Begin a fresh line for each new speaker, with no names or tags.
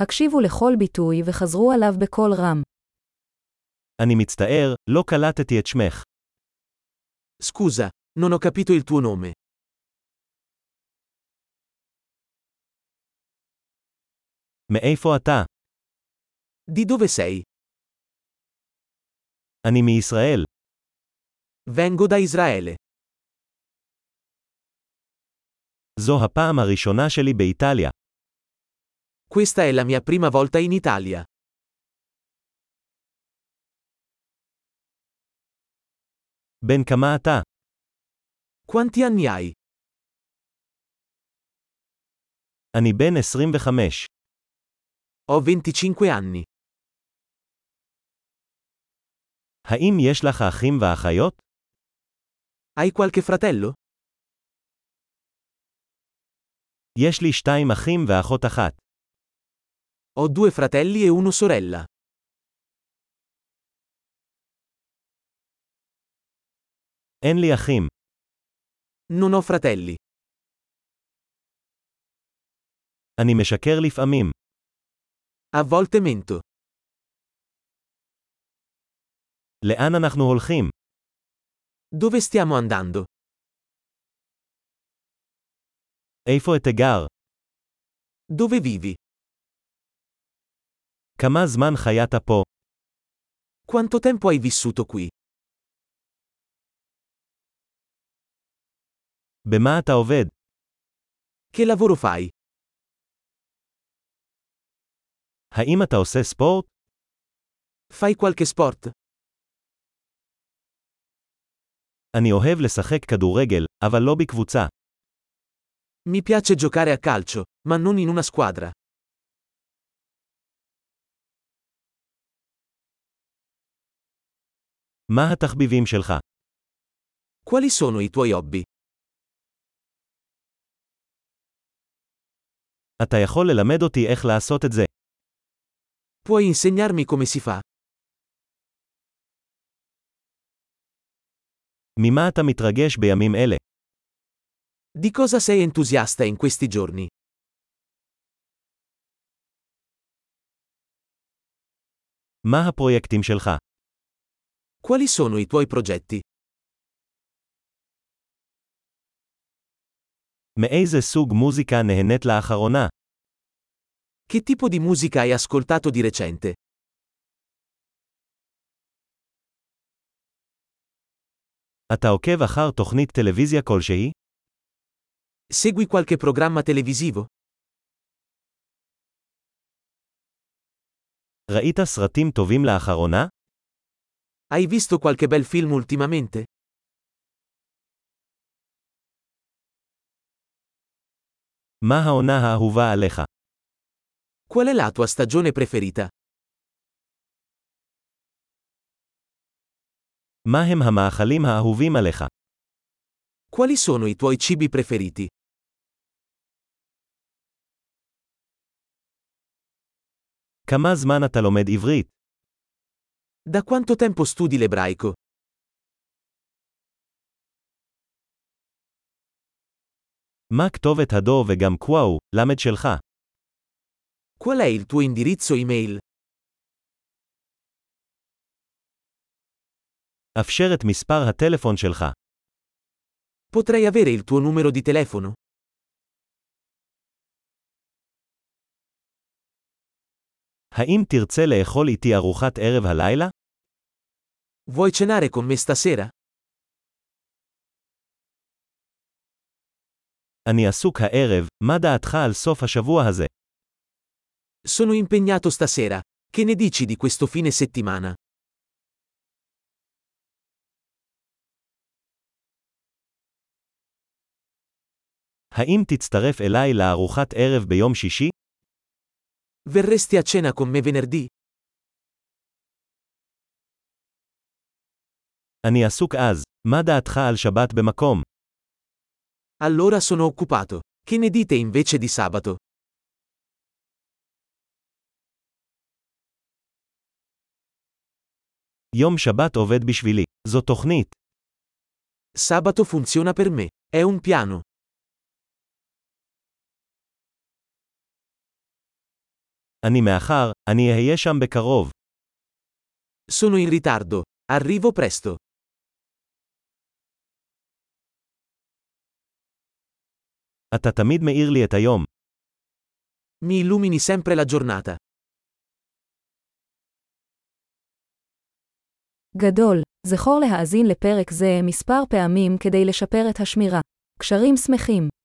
הקשיבו לכל ביטוי וחזרו עליו בקול רם.
אני מצטער, לא קלטתי את שמך.
Scusa, non ho capito il tuo nome.
מאיפה אתה?
Di dove sei?
אני מישראל.
Vengo da Israele.
זו הפעם הראשונה שלי באיטליה.
Questa è la mia prima volta in Italia.
בן כמה אתה?
Quanti anni hai?
אני בן 25.
Ho 25 anni.
האם יש לך אחים ואחיות?
Hai qualche fratello?
יש לי שתיים אחים ואחות אחת.
Ho due fratelli e una sorella.
אין לי אחים.
Non ho fratelli.
אני משקר לפעמים.
A volte mento.
לאן אנחנו הולכים?
Dove stiamo andando?
איפה אתגר?
Dove vivi?
כמה זמן חיית פה?
Quanto tempo hai vissuto qui?
במה אתה עובד?
Che lavoro fai?
האם אתה עושה ספורט?
Fai qualche sport?
אני אוהב לשחק כדורגל, אבל לא בקבוצה.
Mi piace giocare a calcio, ma non in una squadra.
מה התחביבים שלך?
Quali sono i tuoi hobby?
אתה יכול ללמד אותי איך לעשות את זה.
Puoi insegnarmi come si fa?
ממה אתה מתרגש בימים אלה?
Di cosa sei entusiasta in questi giorni?
מה הפרויקטים שלך?
Quali sono i tuoi progetti?
מאיזה סוג מוזיקה נהנית לאחרונה?
Che tipo di musica hai ascoltato di recente?
אתה עוקב אחר תוכנית טלוויזיה כלשהי?
Segui qualche programma televisivo?
ראית סרטים טובים לאחרונה?
Hai visto qualche bel film ultimamente?
מה העונה האהובה עליך?
Qual è la tua stagione preferita?
מה הם המאכלים האהובים עליך?
Quali sono i tuoi cibi preferiti?
כמה זמן אתה לומד עברית?
Da quanto tempo studi l'ebraico?
מה כתובת הדו וגם קוואו, למד שלך?
Qual è il tuo indirizzo email?
אפשר את מספר הטלפון שלך.
Potrei avere il tuo numero di telefono?
האם תרצה לאכול איתי ארוחת ערב הלילה?
Vuoi cenare con me stasera?
אני עסוק הערב, מה דעתך על סוף השבוע הזה?
Sono impegnato stasera. Che ne dici di questo fine settimana?
האם תצטרף אליי לארוחת ערב ביום שישי?
Verresti a cena con me venerdì?
אני עסוק אז, מה דעתך על שבת במקום?
Allora sono occupato. Che ne dite invece di sabato?
יום שבת עובד בשבילי, זו תוכנית.
Sabato funziona per me. È un piano.
אני מאחר, אני אהיה שם בקרוב.
Sono in ritardo. Arrivo presto.
אתה תמיד מאיר לי את היום.
Mi illumini sempre la giornata.
גדול, זכור להאזין לפרק זה מספר פעמים כדי לשפר את השמירה. קשרים שמחים